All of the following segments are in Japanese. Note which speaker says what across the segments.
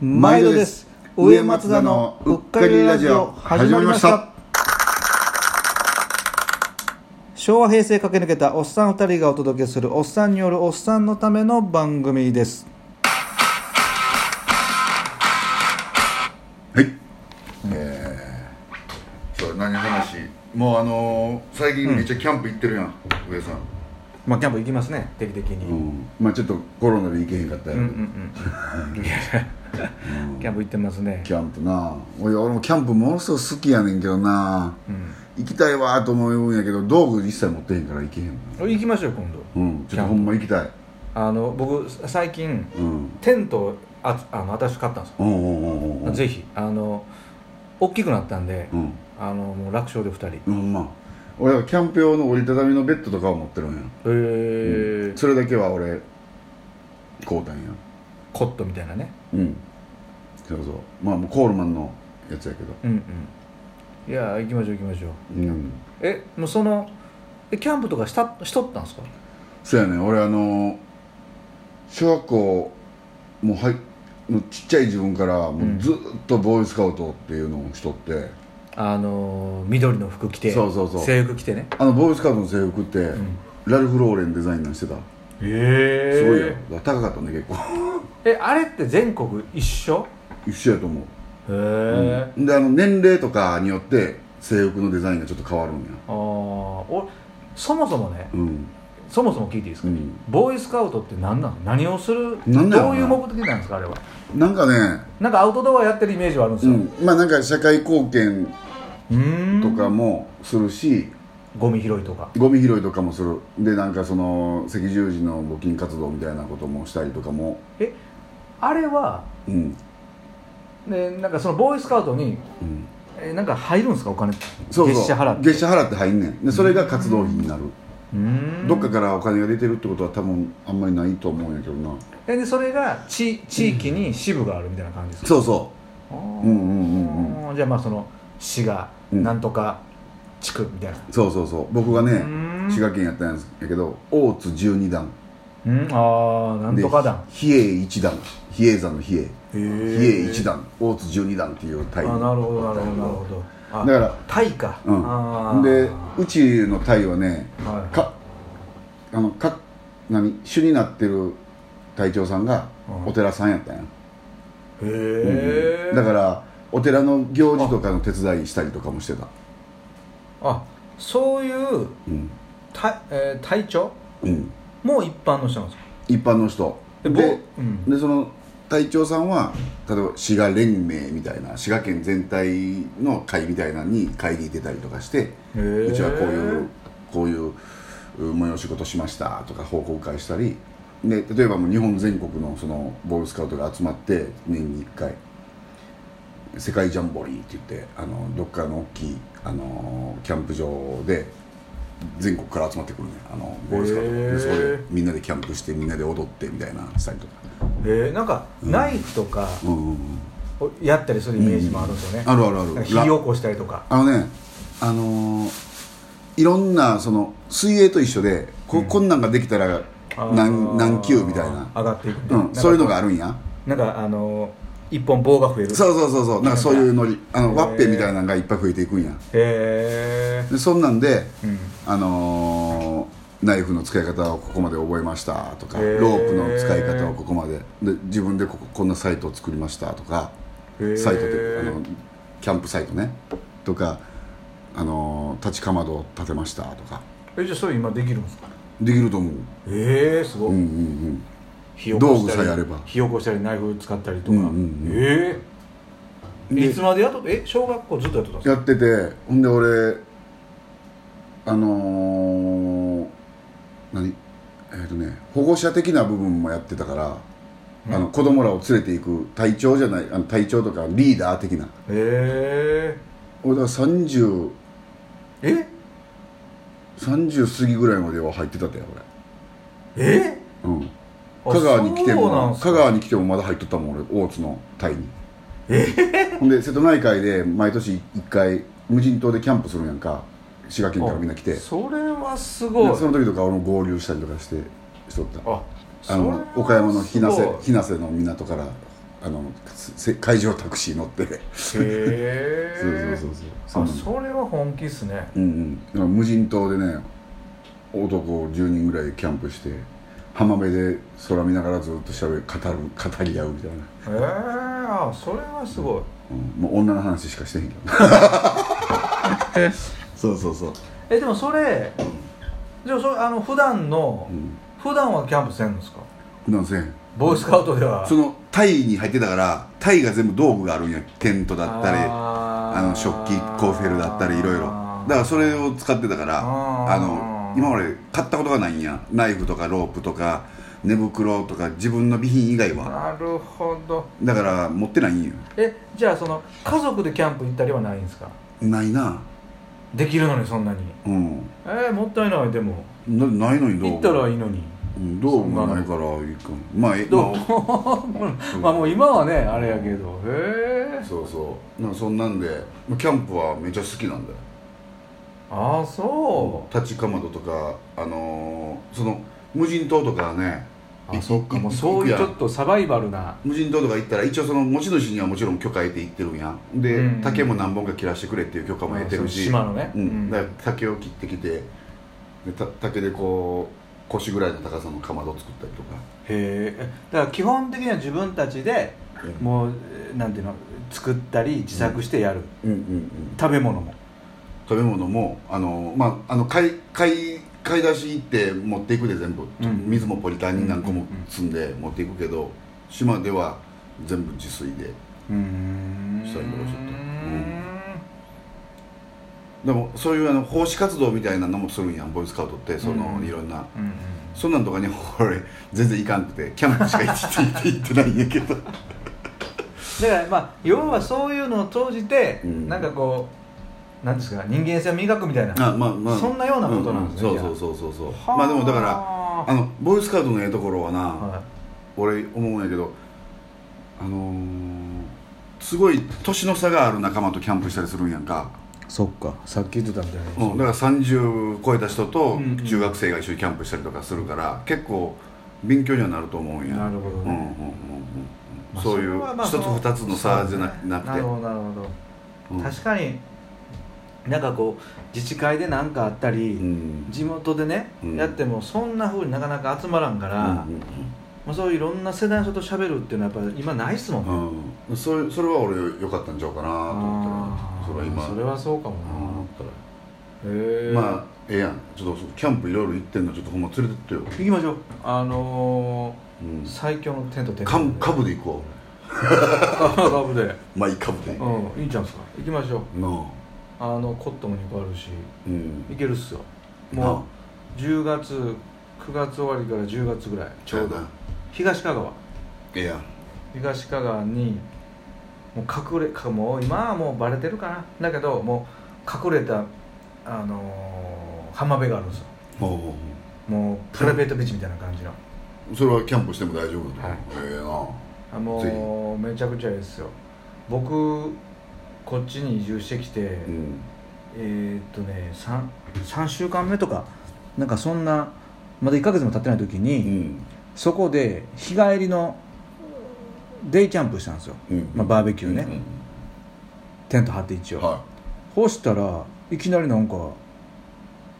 Speaker 1: 毎度です上松田のうっかりラジオ始まりました昭和平成駆け抜けたおっさん2人がお届けするおっさんによるおっさんのための番組です
Speaker 2: はい、えー、そう何の話もうあのー、最近めっちゃキャンプ行ってるやん、上さん、
Speaker 1: まあキャンプ行きますね定期的に、
Speaker 2: ん、まあちょっとコロナで行けへんかったや
Speaker 1: う
Speaker 2: ろ
Speaker 1: ん うんうんいやキャンプ行ってますね
Speaker 2: キャンプな俺俺もキャンプものすごく好きやねんけどな、行きたいわーと思うんやけど道具一切持ってへんから行けへん
Speaker 1: 行きましょう今度
Speaker 2: うんちょっとほんま行きたい
Speaker 1: あの僕最近
Speaker 2: うん
Speaker 1: テントをあつあの私買ったんです
Speaker 2: うんうんうんうんうん
Speaker 1: よぜひあの大きくなったんで
Speaker 2: うん
Speaker 1: あのもう楽勝で2人へ
Speaker 2: うんまあ俺はキャンプ用の折りたたみのベッドとかを持ってるんや
Speaker 1: え
Speaker 2: それだけは俺買うたんや
Speaker 1: コットみたいなね
Speaker 2: うんそうそうまあもうコールマンのやつやけど
Speaker 1: うんうんいや行きましょう行きましょう
Speaker 2: うん
Speaker 1: えもうそのえキャンプとかしたしとったんですか
Speaker 2: そうやね俺あの小学校もうはいもうちっちゃい自分からもうずっとボーイスカウトっていうのをしとって、
Speaker 1: あのー緑の服着て
Speaker 2: そうそうそう
Speaker 1: 制服着てね
Speaker 2: あのボーイスカウトの制服って、ラルフ・ローレンデザインなんしてた
Speaker 1: へ
Speaker 2: すごいよだから高かったね結構
Speaker 1: えあれって全国一緒
Speaker 2: 一緒やと思う
Speaker 1: へえ、
Speaker 2: であの年齢とかによって制服のデザインがちょっと変わるんや
Speaker 1: ああおそもそもね
Speaker 2: うん
Speaker 1: そもそも聞いていいです
Speaker 2: う
Speaker 1: か、
Speaker 2: ん
Speaker 1: ボーイスカウトって何なの何をする
Speaker 2: なんだろ
Speaker 1: ど
Speaker 2: う
Speaker 1: う
Speaker 2: な
Speaker 1: いう目的なんですかあれは
Speaker 2: なんかね
Speaker 1: なんかアウトドアやってるイメージはあるんです
Speaker 2: う
Speaker 1: よ
Speaker 2: んまあなんか社会貢献
Speaker 1: うーん
Speaker 2: とかもするし、
Speaker 1: ゴミ拾いとか
Speaker 2: ゴミ拾いとかもするでなんかその赤十字の募金活動みたいなこともしたりとかも
Speaker 1: えあれは
Speaker 2: うん、
Speaker 1: ね、なんかそのボーイスカウトに、
Speaker 2: うん、
Speaker 1: えーなんか入るんですかお金
Speaker 2: そうそう
Speaker 1: 月謝払って
Speaker 2: 月謝払って入んねんでそれが活動費になる、
Speaker 1: うーん
Speaker 2: どっかからお金が出てるってことは多分あんまりないと思うんやけどな
Speaker 1: えでそれが地地域に支部があるみたいな感じですか、
Speaker 2: そうそ
Speaker 1: あー
Speaker 2: うんうんうん
Speaker 1: じゃあまあその市が
Speaker 2: うん
Speaker 1: なんとか地区みたいな、
Speaker 2: うそうそうそう僕がね
Speaker 1: うん
Speaker 2: 滋賀県やったんやけど大津十二段
Speaker 1: うん、ああなんとか団
Speaker 2: 比叡一段比叡山の比叡
Speaker 1: へ
Speaker 2: 比
Speaker 1: え
Speaker 2: 叡一段大津十二段っていう
Speaker 1: あ
Speaker 2: 隊
Speaker 1: なるほどなるほどなるほどあ
Speaker 2: だから
Speaker 1: タイか、あー
Speaker 2: うんでうちの隊はね
Speaker 1: はい
Speaker 2: かあのか何主になってる隊長さんが
Speaker 1: うん
Speaker 2: お寺さんやったん
Speaker 1: へ
Speaker 2: や、う
Speaker 1: え、
Speaker 2: んだからお寺の行事とかの手伝いしたりとかもしてた
Speaker 1: あそういう
Speaker 2: うん、
Speaker 1: た、えー、隊長
Speaker 2: うん、
Speaker 1: も一般の人なんですか
Speaker 2: 一般の人
Speaker 1: で
Speaker 2: で
Speaker 1: ぼ
Speaker 2: で,、
Speaker 1: うん
Speaker 2: その隊長さんは例えば滋賀連盟みたいな滋賀県全体の会みたいなのに会議出たりとかして
Speaker 1: へー
Speaker 2: うちはこういうこういうう催し事しましたとか報告会したりで例えばもう日本全国のそのボールスカウトが集まって年に1回世界ジャンボリーって言ってあのどっかの大きいあのキャンプ場で全国から集まってくるねあのボールスカウト
Speaker 1: へー
Speaker 2: でそこでみんなでキャンプしてみんなで踊ってみたいなしたりとか、
Speaker 1: えー、なんかナイフとか
Speaker 2: うんうんうん
Speaker 1: をやったりするイメージもあるんですよね、
Speaker 2: あるあるある
Speaker 1: なんか火起こしたりとか
Speaker 2: あのねあのーいろんなその水泳と一緒でこ,、こんなんができたら何何級みたいな、
Speaker 1: 上がっていくみたい
Speaker 2: う
Speaker 1: な、
Speaker 2: ん、そういうのがあるんや
Speaker 1: なんかあの一本棒が増える
Speaker 2: そうそうそうそうなんかそういうのりあ
Speaker 1: へ
Speaker 2: の
Speaker 1: ー
Speaker 2: ワッペンみたいなのがいっぱい増えていくんや
Speaker 1: へえ
Speaker 2: でそんなんで、
Speaker 1: うん
Speaker 2: あのーナイフの使い方をここまで覚えましたとか
Speaker 1: へー
Speaker 2: ロープの使い方をここまでで自分でこここんなサイトを作りましたとか
Speaker 1: へー
Speaker 2: サイトであのキャンプサイトねとか、あのー立ちかまどを立てましたとか
Speaker 1: えじゃあそれ今できるんですか
Speaker 2: できると思う
Speaker 1: ええすごい、
Speaker 2: うんうん
Speaker 1: 火起こしたり
Speaker 2: 道具さえあれば
Speaker 1: 火起こしたりナイフ使ったりとか、
Speaker 2: うんうんうん
Speaker 1: ええ
Speaker 2: で
Speaker 1: いつまでやっとったえ小学校ずっとやっとったん
Speaker 2: うん
Speaker 1: ですか
Speaker 2: やっててほんで俺あのー、何えっ、とね保護者的な部分もやってたから、あの子供らを連れていく隊長じゃないあの隊長とかリーダー的な
Speaker 1: へ
Speaker 2: 俺だから3030
Speaker 1: ええ
Speaker 2: 過ぎぐらいまでは入ってたで
Speaker 1: え
Speaker 2: 俺うん
Speaker 1: あ
Speaker 2: 香川に来て
Speaker 1: そうなん
Speaker 2: も
Speaker 1: すか
Speaker 2: 香川に来てもまだ入っとったもん俺大津の隊に ほんで瀬戸内海で毎年1回無人島でキャンプするんやんか滋賀県からみんな来て
Speaker 1: それはす
Speaker 2: で
Speaker 1: ごい
Speaker 2: その時とか俺も合流したりとかしてしとった
Speaker 1: あ
Speaker 2: あの岡山の日生日生の港からあのせ会場タクシー乗って
Speaker 1: へ
Speaker 2: そう そうそうそう
Speaker 1: あ
Speaker 2: そんなの
Speaker 1: それは本気っすね
Speaker 2: うんうんだから無人島でね男10人ぐらいキャンプして浜辺で空見ながらずっとしゃべる語る語り合うみたいな、
Speaker 1: へえあそれはすごい
Speaker 2: うん、もう女の話しかしてへんけど そうそうそう、
Speaker 1: えでもそれじゃあそれあの普段の
Speaker 2: うん、
Speaker 1: 普段はキャンプせんのですか
Speaker 2: 普段せえへん
Speaker 1: ボーイスカウトでは
Speaker 2: そのタイに入ってたからタイが全部道具があるんやテントだったりあ
Speaker 1: あー
Speaker 2: の食器コーフェルだったりいろいろだからそれを使ってたから
Speaker 1: あー
Speaker 2: あの今まで買ったことがないんやナイフとかロープとか寝袋とか自分の備品以外は
Speaker 1: なるほど
Speaker 2: だから持ってないんよ
Speaker 1: えじゃあその家族でキャンプ行ったりはないんですか
Speaker 2: ないな
Speaker 1: できるのにそんなに
Speaker 2: うん
Speaker 1: えー、もったいないでも
Speaker 2: なないのに道具
Speaker 1: 行ったらいいのに
Speaker 2: うん道具がないからいいかもまあえ
Speaker 1: どう
Speaker 2: まあ
Speaker 1: まあもう 今はねあれやけどへえ
Speaker 2: そうそうなんかそんなんでキャンプはめっちゃ好きなんだよ
Speaker 1: ああそ
Speaker 2: 立ちかまどとかあのーその無人島とかね
Speaker 1: う
Speaker 2: い
Speaker 1: あそっかもうそうい
Speaker 2: や
Speaker 1: うんちょっとサバイバルな
Speaker 2: 無人島とか行ったら一応その持ち主にはもちろん許可得て行ってるんやで、
Speaker 1: うん
Speaker 2: 竹も何本か切らしてくれっていう許可も得てるし、
Speaker 1: 島のね
Speaker 2: うんだから竹を切ってきてでた竹でこう腰ぐらいの高さのかまどを作ったりとか
Speaker 1: へえだから基本的には自分たちでもうえーなんていうの作ったり自作してやる、
Speaker 2: うんうんうん
Speaker 1: 食べ物も
Speaker 2: 食べ物もあのまああの買い買い買い出し行って持っていくで全部、
Speaker 1: うん
Speaker 2: 水もポリタンに何個
Speaker 1: う
Speaker 2: も
Speaker 1: んうんうん
Speaker 2: 積んで持っていくけど島では全部自炊で
Speaker 1: うーん
Speaker 2: したりとかしとったうんでもそういうあの奉仕活動みたいなのもするんやんボイスカウトってその、
Speaker 1: うん
Speaker 2: いろんな
Speaker 1: うんうん
Speaker 2: そんなんとかに俺全然行かんくてキャンプしか行って行ってないんや けど
Speaker 1: だからまあ要はそういうのを通じて、
Speaker 2: うん
Speaker 1: なんかこうなんですか人間性を磨くみたいな
Speaker 2: あまあまあ
Speaker 1: そんなようなことなんですね
Speaker 2: うそうそうそうそうそうまあでもだからあ
Speaker 1: ら
Speaker 2: のボイスカウトのええところはな、
Speaker 1: は
Speaker 2: 俺思うんやけどあのーすごい年の差がある仲間とキャンプしたりするんやんか、
Speaker 1: い、そっかさっき言ってたみたいな
Speaker 2: うん、だから30超えた人と
Speaker 1: うんうん
Speaker 2: 中学生が一緒にキャンプしたりとかするから、結構勉強にはなると思うんや
Speaker 1: なるほどね
Speaker 2: うんうんうんうん
Speaker 1: まあ
Speaker 2: そうい
Speaker 1: それ
Speaker 2: う
Speaker 1: はまあ
Speaker 2: 一つ二つの差じゃな
Speaker 1: そうですね
Speaker 2: なく
Speaker 1: な
Speaker 2: て
Speaker 1: るほどなるほど、
Speaker 2: うん
Speaker 1: 確かになんかこう自治会で何かあったり、
Speaker 2: うん
Speaker 1: 地元でね、
Speaker 2: うん
Speaker 1: やってもそんなふうになかなか集まらんから、
Speaker 2: うん
Speaker 1: まあ、そういういろんな世代の人と喋るっていうのはやっぱり今ないっすもんね、
Speaker 2: うんうんそれそれは俺良かったんちゃうかなと思ったらそれは今
Speaker 1: それはそうかも
Speaker 2: うん思っ
Speaker 1: な、へ
Speaker 2: た
Speaker 1: え
Speaker 2: らまあええやんちょっとキャンプいろいろ行ってんのちょっとほんま連れてってよ、
Speaker 1: 行きましょうあの
Speaker 2: うん
Speaker 1: ー、最強のテントテント
Speaker 2: カブカブで行こ
Speaker 1: カ ブで
Speaker 2: うマイカブで
Speaker 1: うんいいんちゃうんすか行きましょう
Speaker 2: なあ
Speaker 1: あのコットンも2個あるし
Speaker 2: うん
Speaker 1: 行けるっすよ
Speaker 2: なあ
Speaker 1: もう10月9月終わりから10月ぐらい
Speaker 2: ちょうど
Speaker 1: 東香川
Speaker 2: ええやん
Speaker 1: 東香川にもう隠れかもう今はもうバレてるかなだけどもう隠れた、あのー浜辺があるんですよ
Speaker 2: ほうほうほ
Speaker 1: もうプライベートビーチみたいな感じの、
Speaker 2: うそれはキャンプしても大丈夫だ
Speaker 1: はい
Speaker 2: と思うええ
Speaker 1: あもうめちゃくちゃいいですよ僕こっちに移住してきて、
Speaker 2: なうん
Speaker 1: えーっとね 3, 3週間目とかなんかそんなまだ1ヶ月も経ってない時に、
Speaker 2: うん
Speaker 1: そこで日帰りのデイキャンプしたんですよ、
Speaker 2: うん
Speaker 1: まあ、バーベキューね、
Speaker 2: うん
Speaker 1: テント張って一応、
Speaker 2: は
Speaker 1: 干したらいきなりなんか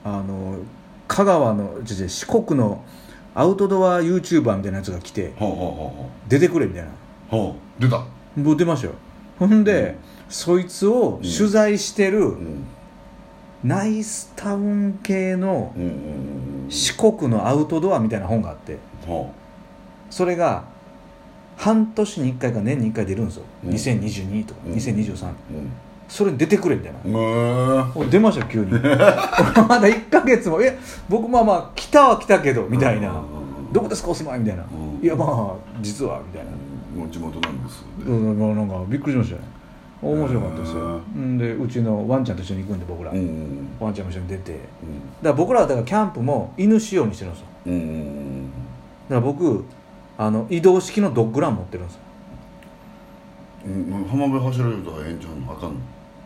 Speaker 1: あの香川の違う違う四国のアウトドア YouTuber みたいなやつが来て
Speaker 2: いほうほ
Speaker 1: 出てくれみたいな
Speaker 2: うほうほうほう出た
Speaker 1: もう出ましたよほんで、そいつを取材してる、
Speaker 2: うん
Speaker 1: ナイスタウン系の
Speaker 2: うんうんうんうん
Speaker 1: 四国のアウトドアみたいな本があって
Speaker 2: ほ
Speaker 1: それが半年に1回か年に1回出るんですよ、
Speaker 2: うん
Speaker 1: 2022とか
Speaker 2: うん
Speaker 1: 2023
Speaker 2: ううん
Speaker 1: それに出てくれみたいな、
Speaker 2: うー
Speaker 1: お出ましたよ急に まだ1か月もいや僕まあまあ来たは来たけどみたいな、どこですかお住まいみたいな、
Speaker 2: うん
Speaker 1: いやまあ実はみたいな、
Speaker 2: うんもう地元なんです
Speaker 1: うんまあなんかびっくりしましたね面白かったですよ
Speaker 2: へ
Speaker 1: んでうちのワンちゃんと一緒に行くんで僕ら、
Speaker 2: うんうん
Speaker 1: ワンちゃんも一緒に出てだから
Speaker 2: うん
Speaker 1: 僕らはだからキャンプも犬仕様にしてるんですよ
Speaker 2: うんうん
Speaker 1: だから僕あの移動式のドッグラン持ってるんですよ
Speaker 2: うんうん浜辺走られるとかええんちゃうのあかんの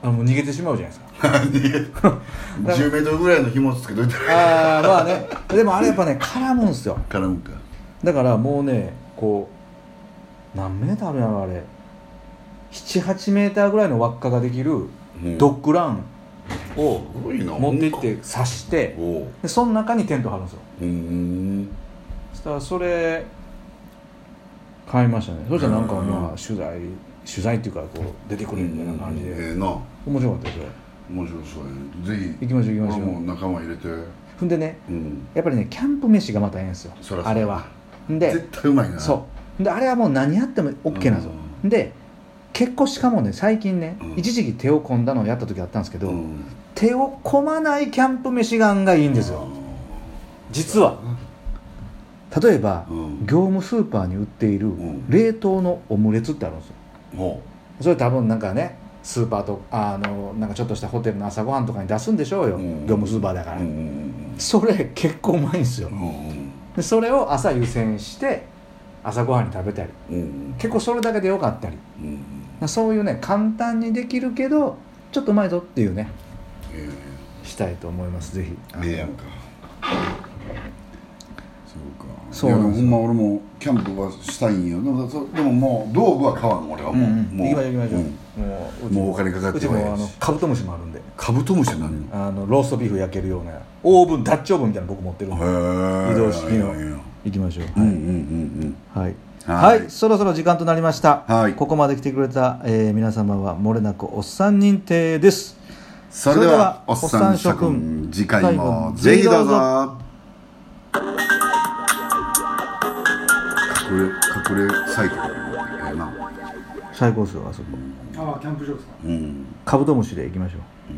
Speaker 1: あのもう逃げてしまうじゃないですから
Speaker 2: 10メートルぐらいの紐つけといた
Speaker 1: あ
Speaker 2: ら
Speaker 1: あまあねでもあれやっぱね絡むんですよ
Speaker 2: 絡むか
Speaker 1: だからもうねこう何メーターあるんやろあれ78メーターぐらいの輪っかができる
Speaker 2: うん
Speaker 1: ドッグランを
Speaker 2: すごいな
Speaker 1: 持って行って刺して
Speaker 2: おう
Speaker 1: でその中にテント張るんですよ
Speaker 2: うん
Speaker 1: そしたらそれ買いましたねそしたらなんか
Speaker 2: うん
Speaker 1: まあ取材取材っていうかこう出てくるみたいな感じ
Speaker 2: うんえ
Speaker 1: で
Speaker 2: えな
Speaker 1: 面白かったですよ
Speaker 2: 面白そうやねぜひ
Speaker 1: 行きましょう行きま
Speaker 2: 俺
Speaker 1: しょ
Speaker 2: も
Speaker 1: う
Speaker 2: 仲間入れて
Speaker 1: ほんでね
Speaker 2: うん
Speaker 1: やっぱりねキャンプ飯がまたええんですよ
Speaker 2: そらそう
Speaker 1: あれはで
Speaker 2: 絶対うまいな
Speaker 1: そうであれはもう何やっても OK なんですよで結構しかもね最近ね、
Speaker 2: うん
Speaker 1: 一時期手を込んだのをやった時あったんですけど、
Speaker 2: うん
Speaker 1: 手を込まないキャンプ飯が案がいいんですよ、実は例えば、
Speaker 2: うん
Speaker 1: 業務スーパーに売っている
Speaker 2: ん
Speaker 1: 冷凍のオムレツってあるんですよ
Speaker 2: ほ
Speaker 1: それ多分なんかねスーパーとあのなんかちょっとしたホテルの朝ごはんとかに出すんでしょうよ、
Speaker 2: うん
Speaker 1: 業務スーパーだから、
Speaker 2: ううん
Speaker 1: それ結構うまいんですよ
Speaker 2: うんうん
Speaker 1: でそれを朝湯煎して朝ごはんに食べたり
Speaker 2: うんうん
Speaker 1: 結構それだけでよかったり
Speaker 2: うん
Speaker 1: そういうね簡単にできるけどちょっとうまいぞっていうね
Speaker 2: え
Speaker 1: したいと思いますぜひ
Speaker 2: えええやんかそうか
Speaker 1: そうなんですよ
Speaker 2: いやでもほんま俺もキャンプはしたいんよでもそでももう道具は買わん俺は
Speaker 1: うん
Speaker 2: もう
Speaker 1: うん
Speaker 2: もう
Speaker 1: 行きましょう行きましょう、
Speaker 2: ん
Speaker 1: もうう
Speaker 2: もうお金かかって
Speaker 1: うち
Speaker 2: もええし
Speaker 1: もあのカブトムシもあるんで
Speaker 2: カブトムシは何
Speaker 1: あのローストビーフ焼けるようなオーブンダッチオーブンみたいなの僕持ってるんで
Speaker 2: へえ
Speaker 1: 移動式の
Speaker 2: いやいやいや
Speaker 1: 行きましょうは
Speaker 2: うんう
Speaker 1: い、
Speaker 2: んうん
Speaker 1: はい
Speaker 2: はい
Speaker 1: はいそろそろ時間となりました、
Speaker 2: はい
Speaker 1: ここまで来てくれた、えー皆様はもれなくおっさん認定です
Speaker 2: それではお
Speaker 1: そ
Speaker 2: っ
Speaker 1: れでは
Speaker 2: さん諸君次回もぜひどうぞ隠れ隠れサイトだねええな
Speaker 1: 最高ですよあそこ
Speaker 3: ああキャンプ場ですか
Speaker 2: うん
Speaker 1: カブトムシで行きましょう